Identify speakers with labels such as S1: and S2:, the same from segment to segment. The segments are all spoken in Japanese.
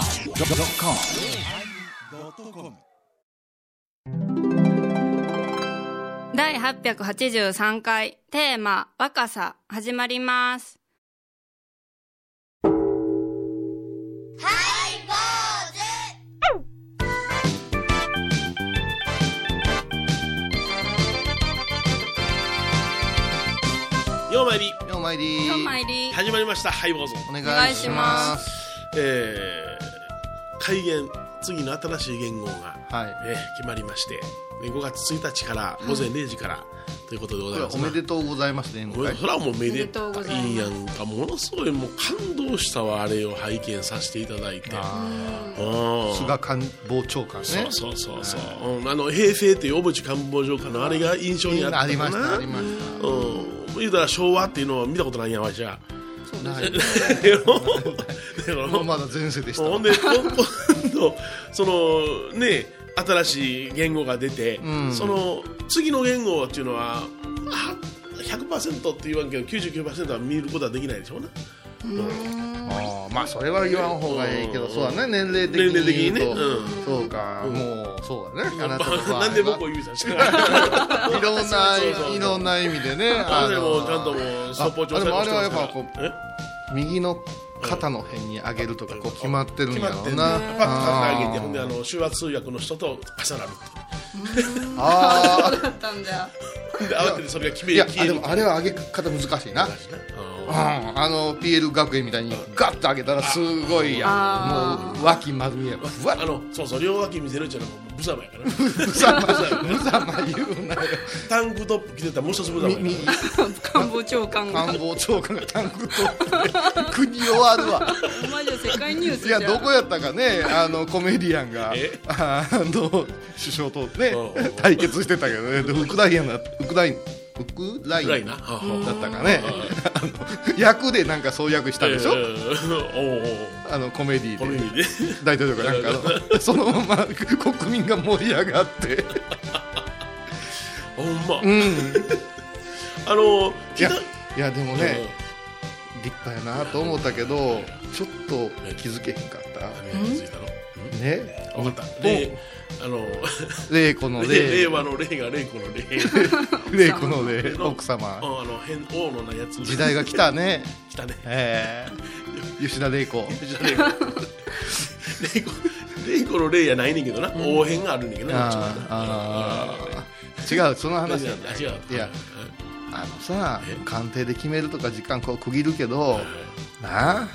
S1: yosmir
S2: 第883回テーマ「若さ」始まります
S3: ようまいり
S4: ようまいり
S2: 今日参り
S3: 始まりましたハイボーズ
S4: お願いします
S3: えー、改元次の新しい元号が、
S4: は
S3: えー決まりましてで5月1日から午前0時から、ということでございま
S4: い
S3: す
S4: おめでとうございますね
S3: これそらもうめでた
S2: おめでとうございます
S3: いいやんかものすごいもう感動したわあれを拝見させていただいてうん
S4: 菅官房長官ね
S3: そうそうそうそう、うん、あの平成っていう小渕官房長官のあれが印象にあったかな
S4: ありましたありまし
S3: うん言うたら昭和っていうのは見たことないんやわしゃ
S4: たない
S3: でもでも
S4: もうまだ前世でした
S3: ほんでこ今度そのね新しい言語が出て、
S4: うん
S3: その次の言語っていうのはまあ100%って言わんけど99%は見ることはできないでしょうね
S4: あーまあそれは言わん方がいいけど
S3: うん
S4: そうだね年齢的
S3: 年齢的に
S4: に言う
S3: ね
S4: とそうかもうそうだねあなたの場合は
S3: なんで僕を指さしてあ
S4: いろんな
S3: そうそうそう
S4: いろんな意味でね
S3: で
S4: の
S3: もち ゃんともうストップウォッチ押さえました
S4: あでもあれはやっぱこう
S3: え
S4: 右の肩の辺に上げるとかこう決まってるん
S3: 決
S4: や
S3: まっ
S4: ろ
S3: て
S4: う
S3: る
S4: な
S3: ねパッと考えてほんであの手話通訳の人と重なる
S4: あ
S2: だったんだ
S3: ってで慌ててそれが決
S4: ー
S3: め
S4: いや
S3: 消
S4: あ
S3: え
S4: で
S3: るって
S4: もあれは上げ方難しいな
S3: いうね
S4: うんあの PL 学園みたいにガッと上げたらすごいやんもう脇丸見えばふわ
S3: あ
S4: っ
S3: のあのそうそう両脇見せるんじゃなくて無様やから
S4: むざまむざま言うなよ
S3: タンクトップ着てたらもう一つ無様や
S4: み
S3: から
S4: 右
S2: 官房長官が
S4: 官房長官がタンクトップで国終わ るわ
S2: お前じゃ世界ニュース
S4: い
S2: じゃ
S4: や
S2: ん
S4: どこやったかねあのコメディアンが
S3: え
S4: あの首相とね
S3: うんうん
S4: 対決してたけどねでウクライナウクライウクライ
S3: ぐらい
S4: ナ
S3: な
S4: だったかね あの役でなんかそう役したでしょ、
S3: えーおうおう
S4: あのコメディ
S3: コミ
S4: で
S3: ュニティ
S4: 大統領がなんかあのそのまま国民が盛り上がって
S3: ほんま、
S4: うんい
S3: あの聞い
S4: や
S3: た
S4: いやでもね立派やなと思ったけどちょっと気づけへんかった
S3: 何がついたの
S4: ね
S3: 分かったであの
S4: 玲 子の
S3: 令
S4: 玲
S3: 和の令が令子の令
S4: 玲子の霊奥
S3: あ
S4: 様
S3: のあの変王のなやつ
S4: 時代が来たね
S3: 来たね
S4: ええ吉田玲子
S3: 時代が令子令子の令やないねんけどな、応変があるねんけどなこっちはな
S4: ああ違うその話じゃない
S3: 違う
S4: いやあのさ鑑定で決めるとか時間こう区切るけ
S3: う
S4: ど
S3: ん
S4: なあ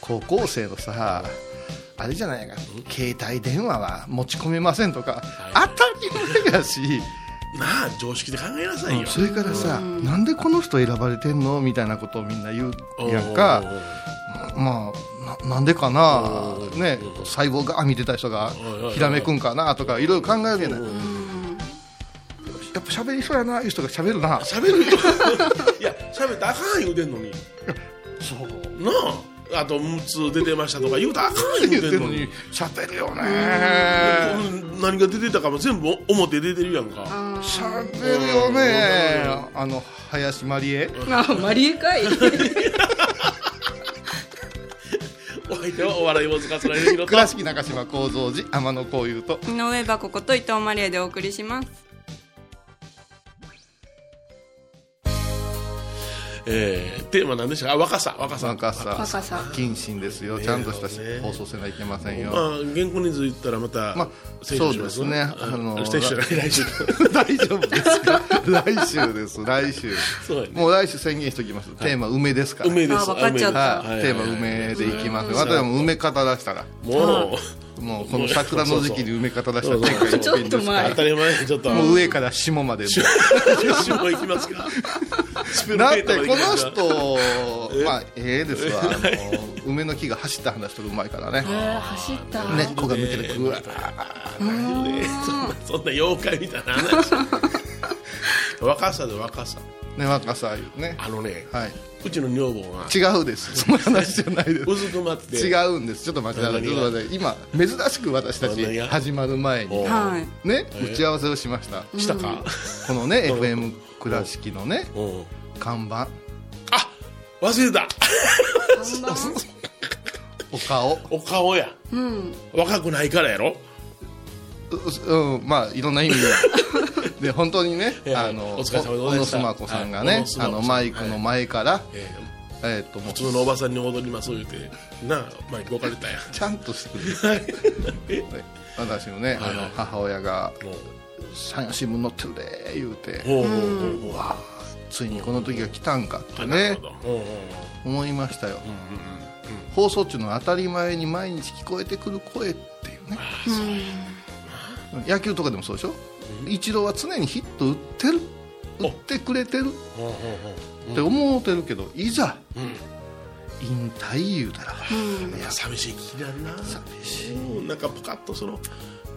S4: 高校生のさあれじゃないか携帯電話は持ち込めませんとか
S3: は
S4: 当たり前やし
S3: なあ常識で考えなさいよ
S4: それからさなんでこの人選ばれてんのみたいなことをみんな言うやんかまあななんでかなね細胞が見てた人が
S3: うん
S4: ひらめくんかなとかいろいろ考えるじゃないやっぱ喋りそうやないう人が喋るな
S3: しゃべる よいやしゃべったらあかん言うてんのに
S4: そう
S3: なああと「むつ出てました」とか言うたらあかん
S4: 言
S3: 言
S4: っ
S3: う
S4: て
S3: て
S4: る
S3: ん
S4: の
S3: のに
S4: に喋るよね
S3: うん何が出てたかも全部表出てるやんか
S4: しゃべるよねあの林真理恵
S2: あマリエかい
S3: お相手はお笑いを塚られるのと
S4: 倉敷中島幸三寺天野幸雄と
S2: 井上はここと伊藤マリエでお送りします
S3: えーテーマなんでしたかあ若さ若さ
S4: 若さ
S2: 若さ
S4: 不謹慎ですよちゃんとしたし
S3: ね
S4: 放送せないけません
S3: ま
S4: よ
S3: あ原稿人数言ったらまた、
S4: まあ
S3: 選手しま
S4: そうですね
S3: あ
S4: あのー
S3: 選手じゃない 来週
S4: 大丈夫ですか来週です来週
S3: そうやね
S4: もう来週宣言しておきますテーマ梅ですから
S3: 梅です
S2: あ分かっちゃった
S3: 梅
S4: はい
S3: です
S4: テーマ梅でいきます私はもう梅方出したら
S3: もう
S4: もうこの桜の時期に梅方出したら天下一品ですか
S2: はい
S3: 当たり前ちょっと
S4: らもう上から下まで
S3: 私も行きますかスペル
S4: だっ
S3: ペータ
S4: て
S3: ーまで
S4: こ
S3: 行きま
S4: の
S3: すか
S4: 人まあええですわあの梅の木が走った話とかうまいからね
S2: 走った
S4: 根っこが抜けてぐわ
S3: ねそんな そんな妖怪みたいな 話若さで若さ
S4: ね若さいうね
S3: あのね、
S4: はいう
S3: ちの女房が
S4: 違うですその話じゃないで
S3: うずくまって
S4: す違うんですちょっと待ってくださいちょっと待って今珍しく私た
S3: 何
S4: ち
S3: が
S4: 始まる前に
S3: お
S2: はい
S4: ね打ち合わせをしました
S3: したか、
S4: このね FM 倉敷のね
S3: うん
S4: 看板
S3: あ忘れた
S2: 看板
S4: お顔
S3: お顔や
S2: うん
S3: 若くないからやろ
S4: ううんまあいろんな意味で で本当にね
S3: ええ
S4: あの
S3: お疲れ様でした
S4: 小野須磨子さんがね、
S3: はい小野須磨子さん
S4: あのマイクの前から、
S3: え
S4: えーっとも
S3: ー
S4: う
S3: 普通のおばさんに踊ります言うてなあ前に動かれたやん
S4: ちゃんとしてくれる
S3: え
S4: ね私のね、
S3: はいはい
S4: あの母親が
S3: もう
S4: 「山陽新聞載ってるで」言うて
S3: ほうほうほうほうあ
S4: ついにこの時が来たんかって
S3: なる
S4: ね
S3: ほどほうほうほ
S4: 思いましたよ、放送中の当たり前に毎日聞こえてくる声っていうね野球とかでもそうでしょ、一郎は常にヒット打ってる打ってくれてる
S3: うほうほうほう
S4: って思うてるけどいざ
S3: うん
S4: 引退言うたら、
S3: なんか寂しい気になるな
S4: 寂し
S3: うんなんかポカッとその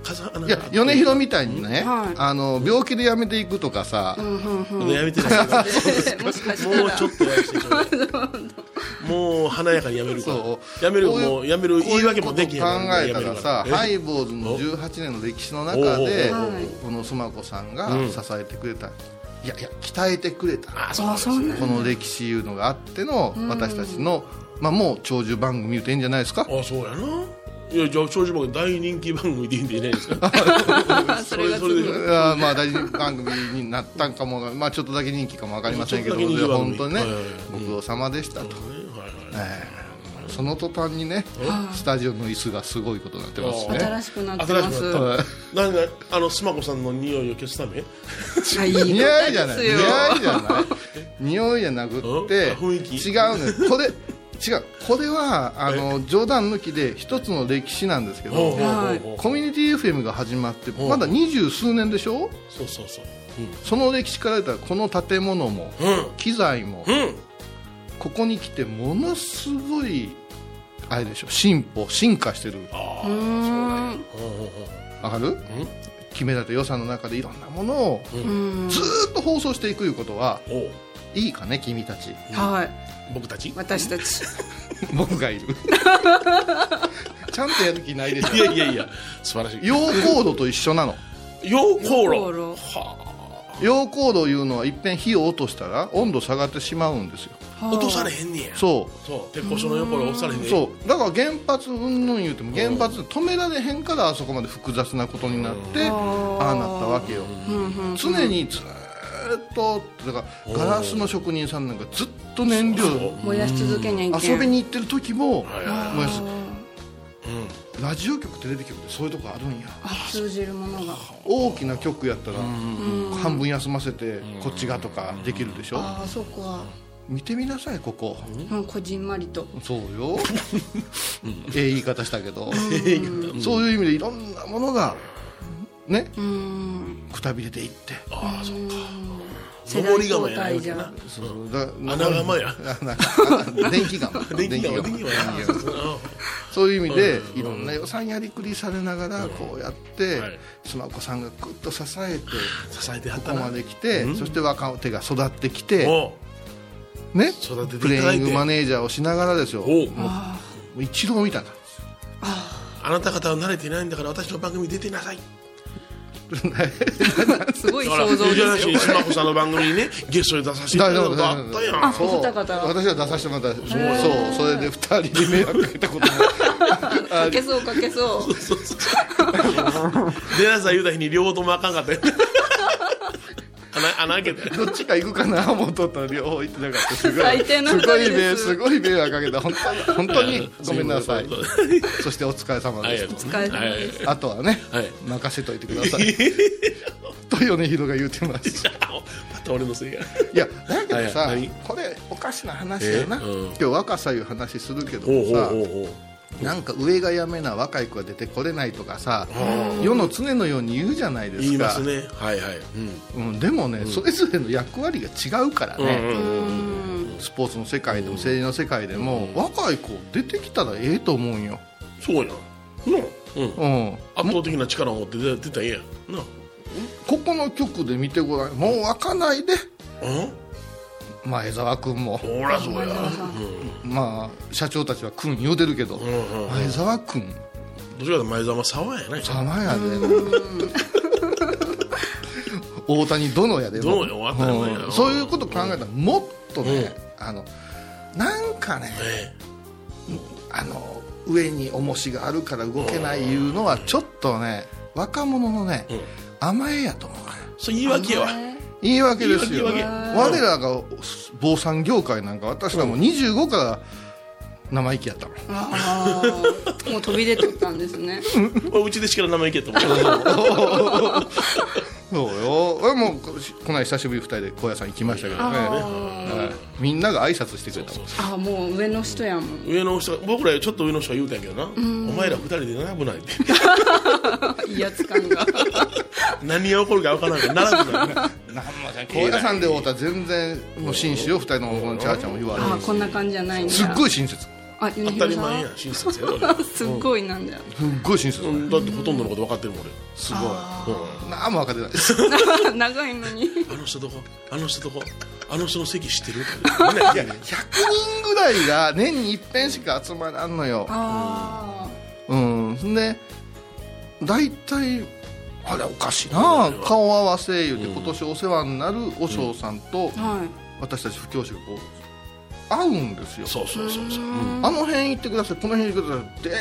S3: 風穴
S4: いや米広みたいにね、
S2: はい
S4: あの病気で辞めていくとかさ、
S3: のやめてないから
S2: もしかしたら
S3: もうちょっとやりしてくれもう華やかにやめるから
S4: そ
S3: やめる
S4: こういう
S3: もうやめる言い訳もできへん
S4: こういうことを考えたらさハ
S3: い
S4: イボーズの18年の歴史の中で
S2: お
S3: おう
S2: うおうはい
S4: この須磨子さんが
S3: うん
S4: 支えてくれた、いやいや鍛えてくれた
S3: あそうなんですよ
S2: あそうなん
S4: この歴史いうのがあっての私たちの、まあ、もう長寿番組言うていいんじゃないですか
S3: あそうやないやじゃあ長寿番組大人気番組でいいんじゃないですか
S2: それが
S3: それで
S2: 続く
S4: あーまあ大事番組になったんかもが、まあ、ちょっとだけ人気かもわかりませんけど
S3: ちょっとだけ人気番組
S4: 本当にね、
S3: はいはいはい
S4: ご苦労様でしたと、
S3: はいはい
S4: ええその途端にねスタジオの椅子がすごいことになってますし
S3: あ
S4: ね
S2: 新しくなってま
S3: 新し
S2: す
S3: くなったなんであのスマコさんの匂いを消すため
S2: あいい
S4: 似合いじゃない
S2: で
S4: 似
S2: すよ
S4: 合いじゃない匂いじゃなくって
S3: あ雰囲気
S4: 違うねこれ違うこれはあの冗談抜きで一つの歴史なんですけ
S3: ほう
S4: ど
S3: ほうほうほ
S4: コミュニティ FM が始まって
S3: う
S4: まだ二十数年でしょ
S3: うそうそうそう
S4: その歴史から言ったらこの建物も
S3: う
S4: 機材も
S3: んうん
S4: ここに来てものすごいあれでしょ進歩進化してる
S3: ああ
S2: うーん
S3: ほうほうほう
S4: わかる決められた予算の中でいろんなものを
S2: うん
S4: ずーっと放送していくいうことは
S3: おう
S4: いいかね君たち
S2: はい
S3: 僕たちい
S2: 私たち
S4: 僕がいるちゃんとやる気ないでしょ
S3: やいやいや素晴らしい
S4: 陽コードと一緒なの
S3: 陽光
S2: 陽光炉
S3: 炉は
S4: 陽コードいうのは一遍火を落としたら温度下がってしまうんですよ
S3: あ落とされへんねや
S4: そ
S3: そう鉄工所の横で落とされへん
S4: う
S3: ねう
S4: そうだから原発うんぬん言うても原発止められへんからあそこまで複雑なことになって
S2: あー
S4: ああなったわけよ常にずーっとだからガラスの職人さんなんかずっと燃料
S2: 燃やし続けにゃいけん
S4: 遊びに行ってる時も
S3: はいは
S4: 燃やすラジオ局テレビ局ってそういうとこあるんや
S2: あ通じるものが
S4: 大きな局やったら半分休ませてこっちがとかできるでしょ
S2: ああそこは
S4: 見てみなさいここ
S2: うんこじんまりと
S4: そう よええ言い方したけどそういう意味でいろんなものがね
S2: うん
S4: くたびれていって
S3: ああそっか
S2: 世代
S3: 登り釜
S2: 交
S3: やない
S2: 代
S3: わけ
S2: じ
S3: や
S2: ゃ
S3: な
S4: そうだ
S3: 穴釜や
S4: あなんかあ電気釜
S3: 電気が電気が
S4: 電気
S3: や
S4: 釜
S3: な
S4: そういう意味で
S3: うん
S4: いろんな予算やりくりされながらこうやって
S3: はい
S4: スマコさんがぐっと支えて
S3: 支えてはっ
S4: ここ
S3: たな
S4: まで来て、そして若手が育ってきて、
S3: お
S4: ね、
S3: 育てて
S4: プ
S3: い
S4: レ
S3: ただ
S4: イ
S3: い
S4: ングマ
S3: て
S4: ネージャーをしながらですよ、も
S3: おう
S4: う一郎みたいな、
S3: あなた方は慣れてないんだから私の番組出てなさい
S2: すごい
S3: だから
S2: 想像で
S3: 藤原
S2: すよ
S3: 氏スマホさんの番組にねゲストで出させていただいたことあったやん
S2: あ
S3: あ
S4: そう
S2: お二方
S4: 私は出させてもらった、そう、それで二人で迷惑かけたことも、
S2: かけそうかけ そう
S3: 出なさい言うた日に両方ともあかんかったよ穴穴開けて
S4: どっちか行くかな思っとったら、両方行ってなかった、すごい、
S2: 最低な二
S4: す
S2: 人
S4: ごい迷
S2: で
S4: 惑す
S2: す
S4: ごい迷惑かけた、本 当に本当にごめんなさい
S3: そういうこ、
S4: そしてお疲れ様
S3: あり
S4: で
S3: が
S4: し
S3: とう
S4: た。
S3: ございま
S2: お
S3: す
S2: 疲れ様で
S4: あとはね、
S3: はい
S4: 任せといてください。と米広が言うてます。
S3: また俺のせいや
S4: いやだけどさ、
S3: はいはい
S4: これおかしな話やな、
S3: えうん
S4: 今日若さいう話するけど
S3: ほうほ
S4: も
S3: う
S4: さ
S3: ほうほう
S4: なんか上がやめな若い子が出てこれないとかさ世の常のように言うじゃないですか
S3: 言いますねはいはい
S4: うん、でもね、それぞれの役割が違うから
S3: うん
S4: ね、
S3: うんうんうん
S4: スポーツの世界でも政治の世界でも、若い子出てきたらええと思うんよ、
S3: そうやんなうん
S4: うん、
S3: 圧倒的な力を持って出出たらええやんな
S4: ここの局で見てごらんもう湧かないで、
S3: うん
S4: 前澤君も、
S3: ほらそうや
S4: まあ、社長たちは君言うてるけど、
S3: うんうん
S4: 前澤君
S3: どちらかというと前澤沢やない
S4: 様やで 大谷殿やで
S3: どうよ当たり前や
S4: う
S3: ろ
S4: んそういうこと考えたらもっとね、あのなんかね
S3: え
S4: あの上に重しがあるから動けないいうのはちょっとね若者のね、
S3: うん
S4: 甘えやと思うね
S3: そう言い訳やわ
S4: 言い訳ですよ
S3: 言い訳言い
S4: 我らが防産業界なんか私らもう25から生意気やったもん
S2: あーもう飛び出てったんですね
S3: おうちでしから生意気やと思う
S4: そうよ俺もここない久しぶり2人で高野山行きましたけどね、
S2: あ
S4: はいみんなが挨拶してくれたもん
S2: あもう上の人やもん
S3: 上の人僕らよりちょっと上の人が言うたんやけどな、お前ら二人で 並ぶないって
S2: 威圧感 が
S3: 何が起こるか分からんから並ぶないな
S4: 高野山で会うたら全然もう紳士よ2人のこのチャーちゃんも言われ
S2: あ
S4: る
S2: こんな感じじゃないんだ
S4: すっごい親切すっ
S2: あゆね
S3: 当
S2: ひ
S3: た
S2: ろ
S3: り
S2: さ
S3: 前や
S2: ん
S3: ん親切やろ
S2: すっごいなんだよ
S4: ごい親切、
S3: 俺だってほとんどのこと分かってるもん
S4: すごい何も分かってないです
S2: 長いのに
S3: 俺あの人どこあの人どこあの人の席知ってるみんな言うね
S4: 100人ぐらいが年に一遍しか集まらんのよ
S2: あ
S4: うんんで大体あれおかしいなあ顔合わせ言うて、今年お世話になる和尚さんと、
S2: あはい
S4: 私たち布教師がこう会うんですよ
S3: そうそうそうそう、
S4: あの辺行ってくださいこの辺行ってくださいでっ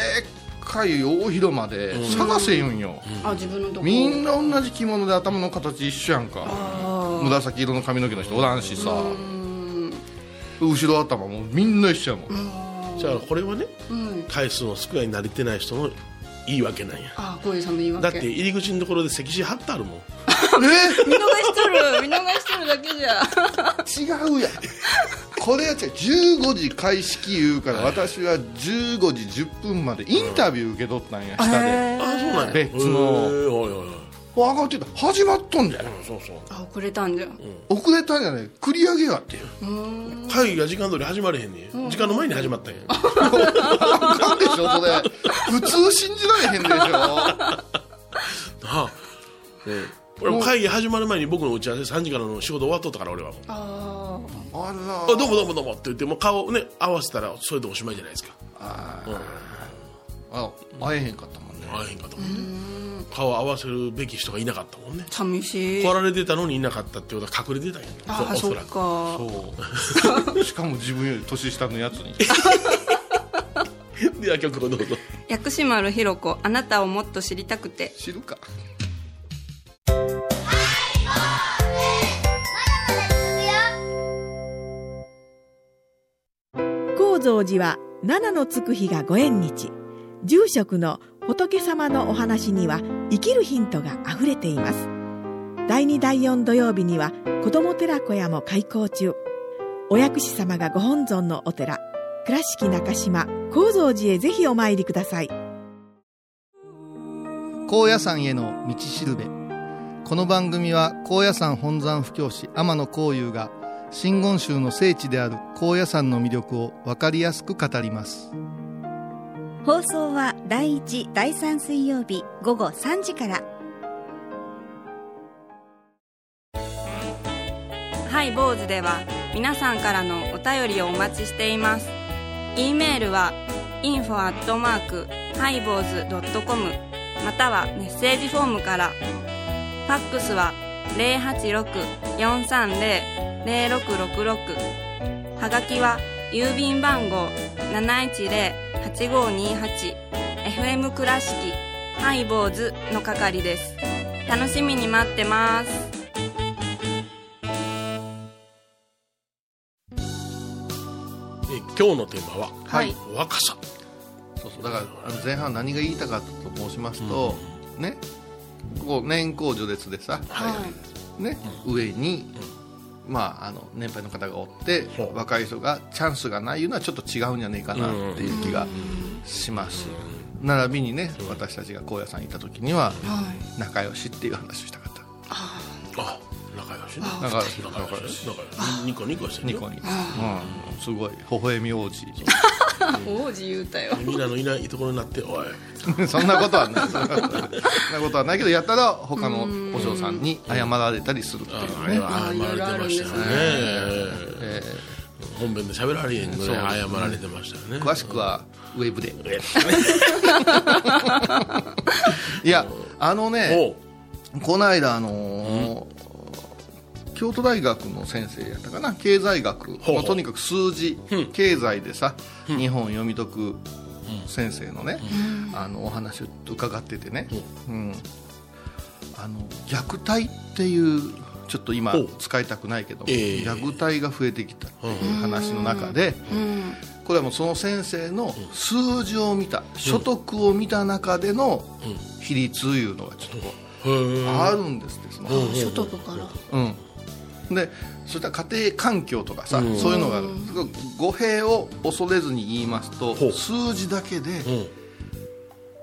S4: かい大広間で探せ言うんよ、
S2: あ自分のとこ
S4: みんな同じ着物で頭の形一緒やんか
S2: あ
S4: 紫色の髪の毛の人おらんしさ
S2: ーうん
S4: 後ろ頭もみんな一緒やもん
S3: じゃあこれはね
S2: うん
S3: 回数の少ない慣れてない人の言い訳なんや
S2: あーこういうさんの言い
S3: だ
S2: 訳
S3: って入り口のところで席紙貼ってあるもん
S2: 見逃しとる見逃しとるだけじゃ
S4: 違うやんこれやっちゃう15時開式言うから私は15時10分までインタビュー受け取ったんや下で
S3: あそうなんや
S4: 別
S3: へ
S4: の
S3: ーはいはいはい
S4: 上がってた始まっとんじゃん
S3: うんそうそう
S2: あ遅れたんじゃ
S4: 遅れたんじゃない繰り上げやってよ
S3: 会議が時間通り始まれへんねん時間の前に始まったんや
S4: あかんでしょそれ普通信じられへんでしょ
S3: はあ、俺も会議始まる前に僕の打ち合わせ3時からの仕事終わっとったから俺はもう「あ
S2: あ
S4: あら
S3: どうもどうもどうも」って言ってもう顔をね合わせたらそれでおしまいじゃないですか
S4: あ会えへんかったもんね
S3: ああへんかと思って顔を合わせるべき人がいなかったもんね
S2: あ寂しい
S3: 来られてたのにいなかったってことは隠れてたんやね
S2: ああ
S3: お
S2: そ
S3: そ
S2: っ
S3: らく
S2: か
S4: そうしかも自分より年下のやつに
S3: では曲をどうぞ
S2: 薬師丸ひろ子あなたをもっと知りたくて
S4: 知るか
S1: 高蔵寺は七のつく日がご縁日住職の仏様のお話には生きるヒントがあふれています第2第4土曜日には子ども寺小屋も開校中お薬師様がご本尊のお寺倉敷中島・高蔵寺へぜひお参りください
S5: 高野山への道しるべこの番組は高野山本山布教師天野幸雄が真言宗の聖地である高野山の魅力を分かりやすく語ります
S6: 放送は第1、第3水曜日午後3時から。
S2: はい坊主では皆さんからのお便りをお待ちしています e メールは info アットマークハイボーズドットコムまたはメッセージフォームからファックスは086-430-0666はがきは郵便番号 710-8528FM 倉敷ハイボーズの係です楽しみに待ってます
S3: え今日のテーマは「
S2: はい
S3: 若さ
S4: そうそうだからあの前半何が言いたかったと申しますと、ねこう年功序列でさ、ね上に、まあ、あの年配の方がおって
S3: そう
S4: 若い人がチャンスがないいうのはちょっと違うんじゃないかなっていう気がします、並びにね私たちが高野山にいた時には仲良しっていう話をしたかった」
S3: あ仲良しね
S4: 仲良し
S3: 仲良し仲良しニコニコしてる
S4: ニ
S3: よ
S4: コニコ、うん、すごい微笑み王子
S2: 王子言うたよ
S3: みんなのいないところになって「おい
S4: そんなことはないそんなことはないけどやったら他のお嬢さんに謝られたりするっていう
S3: あれは謝られてましたよねえー本編で喋られへんぐらい謝られてましたよね
S4: 詳しくはウェブでいやあのね
S3: おう
S4: この間あのー京都大学の先生やったかな経済学
S3: ほう
S4: まあとにかく数字、
S3: うん
S4: 経済でさ、日本を読み解く先生のね、あのお話を伺っててね、うんあの虐待っていうちょっと今
S3: ほう
S4: 使いたくないけど、
S3: ええ
S4: 虐待が増えてきたっていう話の中で、
S2: うん
S4: これはもうその先生の数字を見た、所得を見た中での比率いうのがちょっとこうあるんですってその話
S2: 所得から
S4: うん、でそういった家庭環境とかさ、
S3: うん
S4: そういうのがある語弊を恐れずに言いますと
S3: ほう
S4: 数字だけで
S3: うん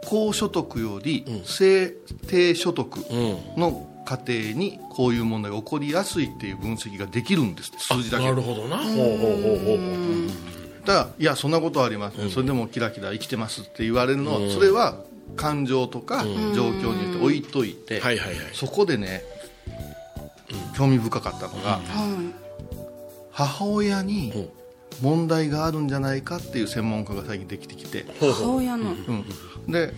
S4: 高所得より
S3: うん
S4: 低低所得
S3: うん
S4: の家庭にこういう問題が起こりやすいっていう分析ができるんですって数字だけ
S3: な
S4: で
S3: るほどなほうほうほうほうほう
S4: だからいやそんなことはありません、それでもキラキラ生きてますって言われるのは、それは感情とか状況によって置いといて、
S3: はいはいはい
S4: そこでね、興味深かったのが、母親に問題があるんじゃないかっていう専門家が最近できてきて、
S3: ほう
S2: 母
S3: ほう
S2: 親の
S4: うんで、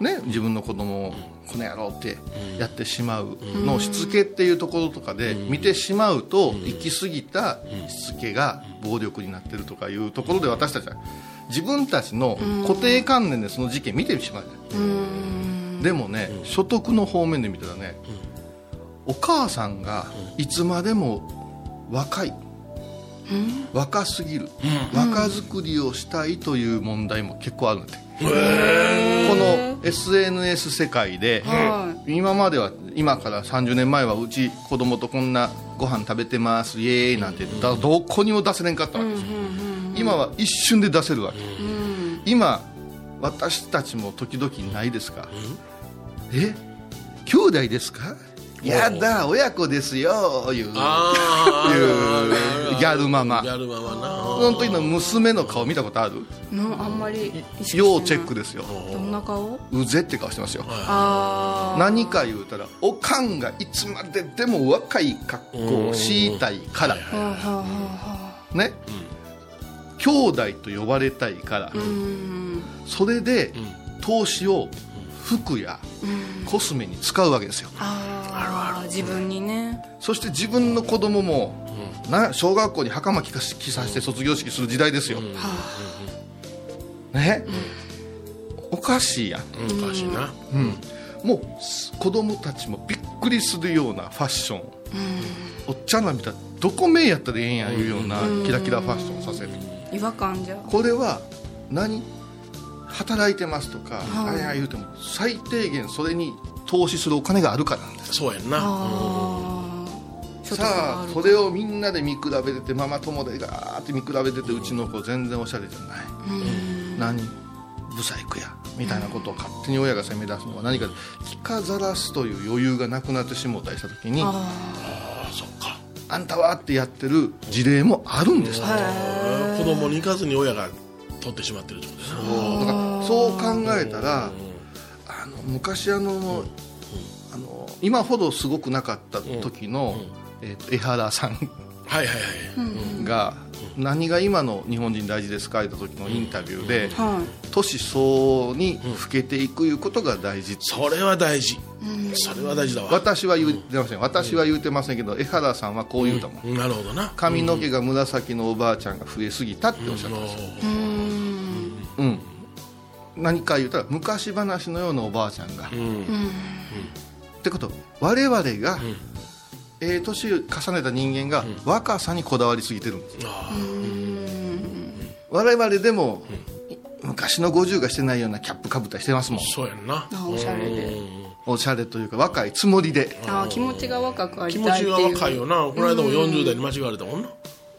S4: ね、自分の子供をこの野郎ってやってしまうのをしつけっていうところとかで見てしまうと行き過ぎたしつけが暴力になってるとかいうところで私たちは自分たちの固定観念でその事件見てしまうじゃないでもね所得の方面で見たらねお母さんがいつまでも若い若すぎる若作りをしたいという問題も結構あるんだってこの SNS 世界で、
S2: は
S4: 今までは今から30年前はうち子供とこんなご飯食べてますイエーイなんてだどこにも出せれんかったわけですよ、今は一瞬で出せるわけ、今私たちも時々ないですか、え兄弟ですかやだ親子ですよいう
S3: あー
S4: いうギャルママ
S3: ギャルママ
S4: そ
S3: な
S4: の時の娘の顔見たことある
S2: いのあんまり意識してない
S4: 要チェックですよ
S2: どんな顔
S4: うぜって顔してますよ
S2: ああ
S4: 何か言うたらおかんがいつまででも若い格好をしたいから、
S2: はあはあはあはあ
S4: ね兄弟と呼ばれたいから、
S2: うん
S4: それで投資を服やコスメに使うわけですよ
S2: ああ自分にね
S4: そして自分の子供も、な小学校に袴着かし着させて卒業式する時代ですよ、ね、おかしいやん
S3: うんおかしいな
S4: もうす子供たちもびっくりするようなファッション、おっちゃんらみたいなどこ目やったらええんやいうようなキラキラファッションをさせる、
S2: 違和感じゃ
S4: これは何働いてますとか、
S2: はい
S4: あれや言うても最低限それに投資するお金があるからなんです
S3: そうやんな
S2: ああ所得が
S4: さ
S2: あ
S4: あ
S2: る
S4: それをみんなで見比べててママ友でガーって見比べててうちの子全然おしゃれじゃない、何ブサイクやみたいなことを勝手に親が責め出すのは何か着飾らすという余裕がなくなってしもうたりした時にあ
S3: あそっか
S4: んたはってやってる事例もあるんですって
S3: 子供に行かずに親が取ってしまってるってことだな
S4: だからそう考えたらあの昔あのあの今ほどすごくなかった時の、えーと江原さん
S3: はいはいはい
S4: が何が今の日本人大事ですか言った時のインタビューで
S2: は
S4: 年相応に老けていくいうことが大事って
S3: それは大事それは大事だわ
S4: 私は言ってません私は言ってませんけど江原さんはこう言うたもん
S3: なるほどな
S4: 髪の毛が紫のおばあちゃんが増えすぎたっておっしゃ
S3: あ
S4: っ
S3: の
S4: た
S3: ー
S4: うん何か言うたら昔話のようなおばあちゃんがってこと我々がええ年を重ねた人間が若さにこだわりすぎてるんです
S3: あ
S4: 我々でも昔の50がしてないようなキャップかぶったりしてますもん
S3: ーそうやんな
S2: ああおしゃれで
S4: おしゃれというか若いつもりで、
S2: ああ気持ちが若くあり
S3: 気持
S2: たいっ
S3: ち
S2: ていう
S3: が若いよなこの間も40代に間違われたもんな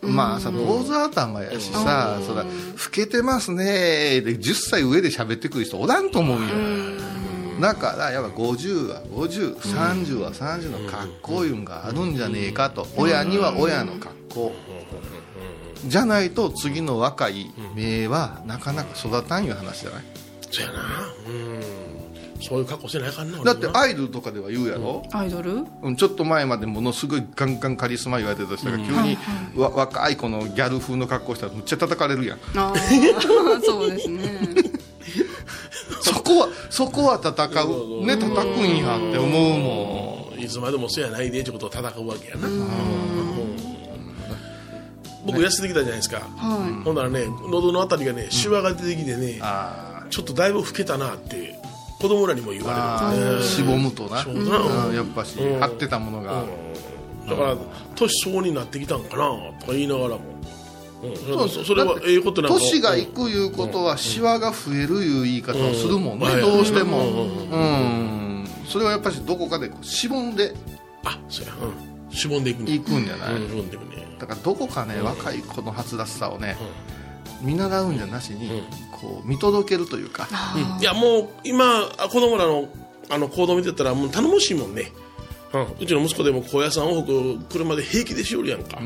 S4: まあさ坊主頭やしさ、そら老けてますねで10歳上で喋ってくる人おらんと思うよ、だからやっぱ50は5030は30の格好いうんがあるんじゃねえかと、親には親の格好、じゃないと次の若い名はなかなか育たんいう話じゃない
S3: そうやなうんそういう格好せなあかんな
S4: だ
S3: 俺
S4: っ
S3: も
S4: て
S3: な
S4: アイドルとかでは言うやろ、
S2: アイドル
S4: うんちょっと前までものすごいガンガンカリスマ言われてた人が急にわ若いこのギャル風の格好したらむっちゃ叩かれるやん
S2: ああそうですね
S4: そこはそこは戦うね叩くんやって思うもん
S3: いいつまでもそうやないでってことを戦うわけやな、うん僕痩せてきたじゃないですか、
S2: は
S3: ほんならね喉のあたりがねシワが出てきてね、
S4: あ
S3: ちょっとだいぶ老けたなって子供らにも言わ
S4: あ
S3: れる
S4: ーしぼむとな、
S3: しぼむな
S4: うんやっぱし、
S3: うん
S4: 張ってたものが、
S3: だから年相応になってきたんかなとか言いながらも、うん、そそれ
S4: だっ
S3: は
S4: て
S3: ええことなんか
S4: 年がいくいうことはシワが増えるいう言い方をするもんね、
S3: うん
S4: どうしても、
S3: う
S4: うんんそれはやっぱしどこかでこうしぼんで
S3: あそうや、うん、しぼんでいくね
S4: いくんじゃない、
S3: うんしぼんでいくね
S4: だからどこかね、若い子のはつらしさをね、見習うんじゃなしに、こう見届けるというか、
S3: いやもう今あ子供らのあの行動見てたらもう頼もしいもんね、うん、うちの息子でも高野山を北車で平気でしおるやんか、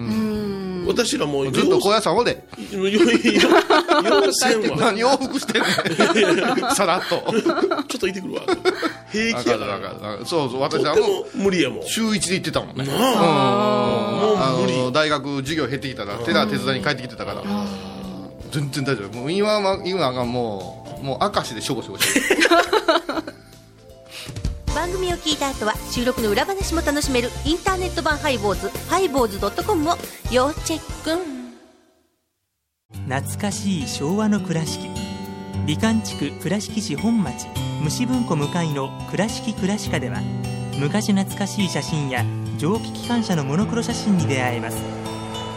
S3: 私らもう
S4: ずっと高野山おれ
S3: よよよ4000は
S4: 何往復してんねん さらっと
S3: ちょっと行ってくるわ平
S4: わ
S3: 気
S4: か
S3: や
S4: る
S3: から
S4: わかるわかるそうそう
S3: と
S4: 私は
S3: って
S4: も
S3: も無理やもん
S4: う週1で行ってたもんね
S3: なあもう
S4: あ
S3: 無理
S4: の大学授業減ってきたら寺手伝いに帰ってきてたから全然大丈夫もう今は今がもうもう明石でしょぼしょぼしてる
S7: 番組を聞いた後は収録の裏話も楽しめるインターネット版ハイボーズハイボーズ .com を要チェック
S8: 懐かしい昭和の倉敷美観地区倉敷市本町虫文庫向かいの「倉敷倉敷科」では昔懐かしい写真や蒸気機関車のモノクロ写真に出会えます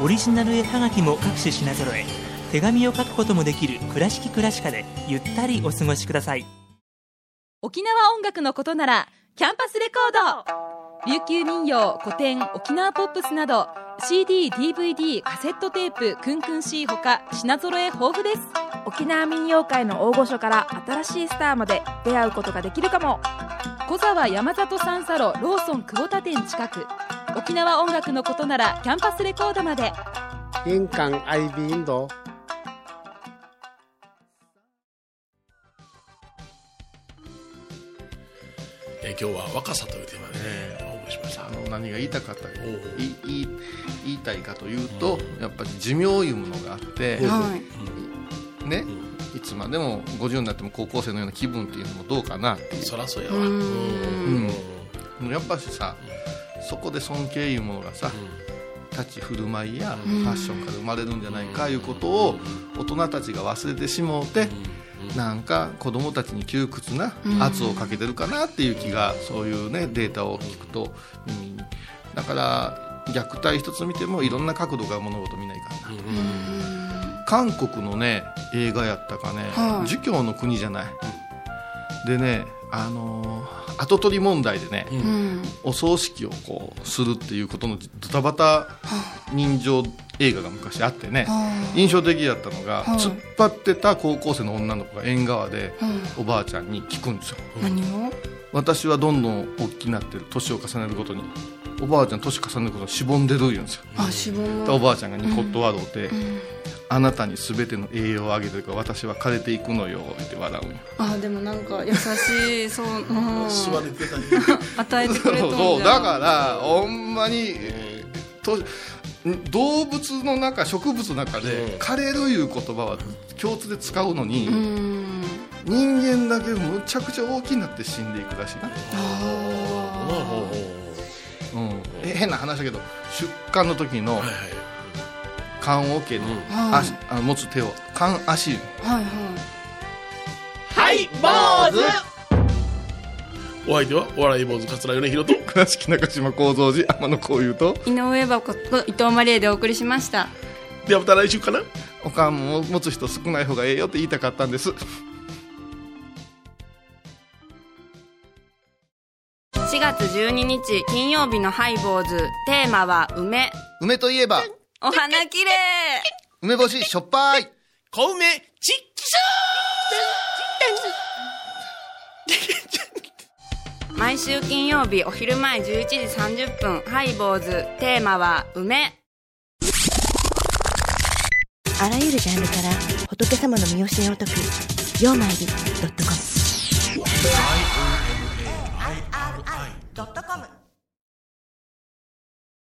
S8: オリジナル絵はがきも各種品揃え手紙を書くこともできる「倉敷倉敷科」でゆったりお過ごしください
S9: 沖縄音楽のことならキャンパスレコード琉球民謡古典沖縄ポップスなど CDDVD カセットテープクンクン C ほか品揃え豊富です
S10: 沖縄民謡界の大御所から新しいスターまで出会うことができるかも
S9: 小沢山里三佐路ローソン久保田店近く沖縄音楽のことならキャンパスレコードまで
S11: 印鑑 IB インド
S3: え今日は若さというテーマでねお送りしました
S4: あの何が言いたかったか
S3: おう
S4: いいい言いたいかというと、やっぱり寿命いうものがあって、
S2: いはい
S4: ねいつまでも50になっても高校生のような気分っていうのもどうかなってい
S3: そらそうやわうん
S4: うもうやっぱしさそこで尊敬いうものがさ、立ち振る舞いやファッションから生まれるんじゃないかいうことを大人たちが忘れてしもうてなんか子供たちに窮屈な圧をかけてるかなっていう気がそういうねデータを聞くと耳にだから虐待一つ見てもいろんな角度が物事見ないかんな韓国のね映画やったかね「儒教の国」じゃないでねあのー跡取り問題でね、お葬式をこうするっていうことのドタバタ人情映画が昔あってね印象的だったのが突っ張ってた高校生の女の子が縁側でおばあちゃんに聞くんですよ
S2: 何を
S4: 私はどんどん大きくなってる年を重ねることにおばあちゃん年重ねることにしぼんでる言うんですよ
S2: あしぼむ
S4: でおばあちゃんがニコッと笑うて、あなたに全ての栄養をあげてるから私は枯れていくのよ」って笑うんよ
S2: あでもなんか優しい そう、うん、
S3: 吸われてたね
S2: 与えてくれとん
S4: そう
S2: じ
S4: そう
S2: ゃ
S4: だ
S2: ん
S4: からほんまに、えーとん動物の中植物の中
S3: うん
S4: で「枯れる」いう言葉は共通で使うのに、
S2: うん
S4: 人間だけむちゃくちゃ大きになって死んでいくらしいな、
S3: うんうんうん
S4: うんえ変な話だけど出棺の時の
S3: はいはい
S4: 棺桶の足、あの持つ手を棺足湯
S2: はいはい
S3: お相手はお笑い坊主桂米宏と
S4: 倉敷中島幸三寺天野幸雄と
S2: 井上箱と伊藤マリエでお送りしました
S3: ではまた来週かな
S4: お棺も持つ人少ない方がええよって言いたかったんです
S2: 4月12日金曜日のハイボーズテーマは梅
S4: 梅といえば
S2: お花きれい
S4: 梅干ししょっぱい
S3: 小梅チッ
S2: 毎週金曜日お昼前11時30分ハイボーズテーマは梅
S7: あらゆるジャンルから仏様の身教えを解く「曜マイルドットコム」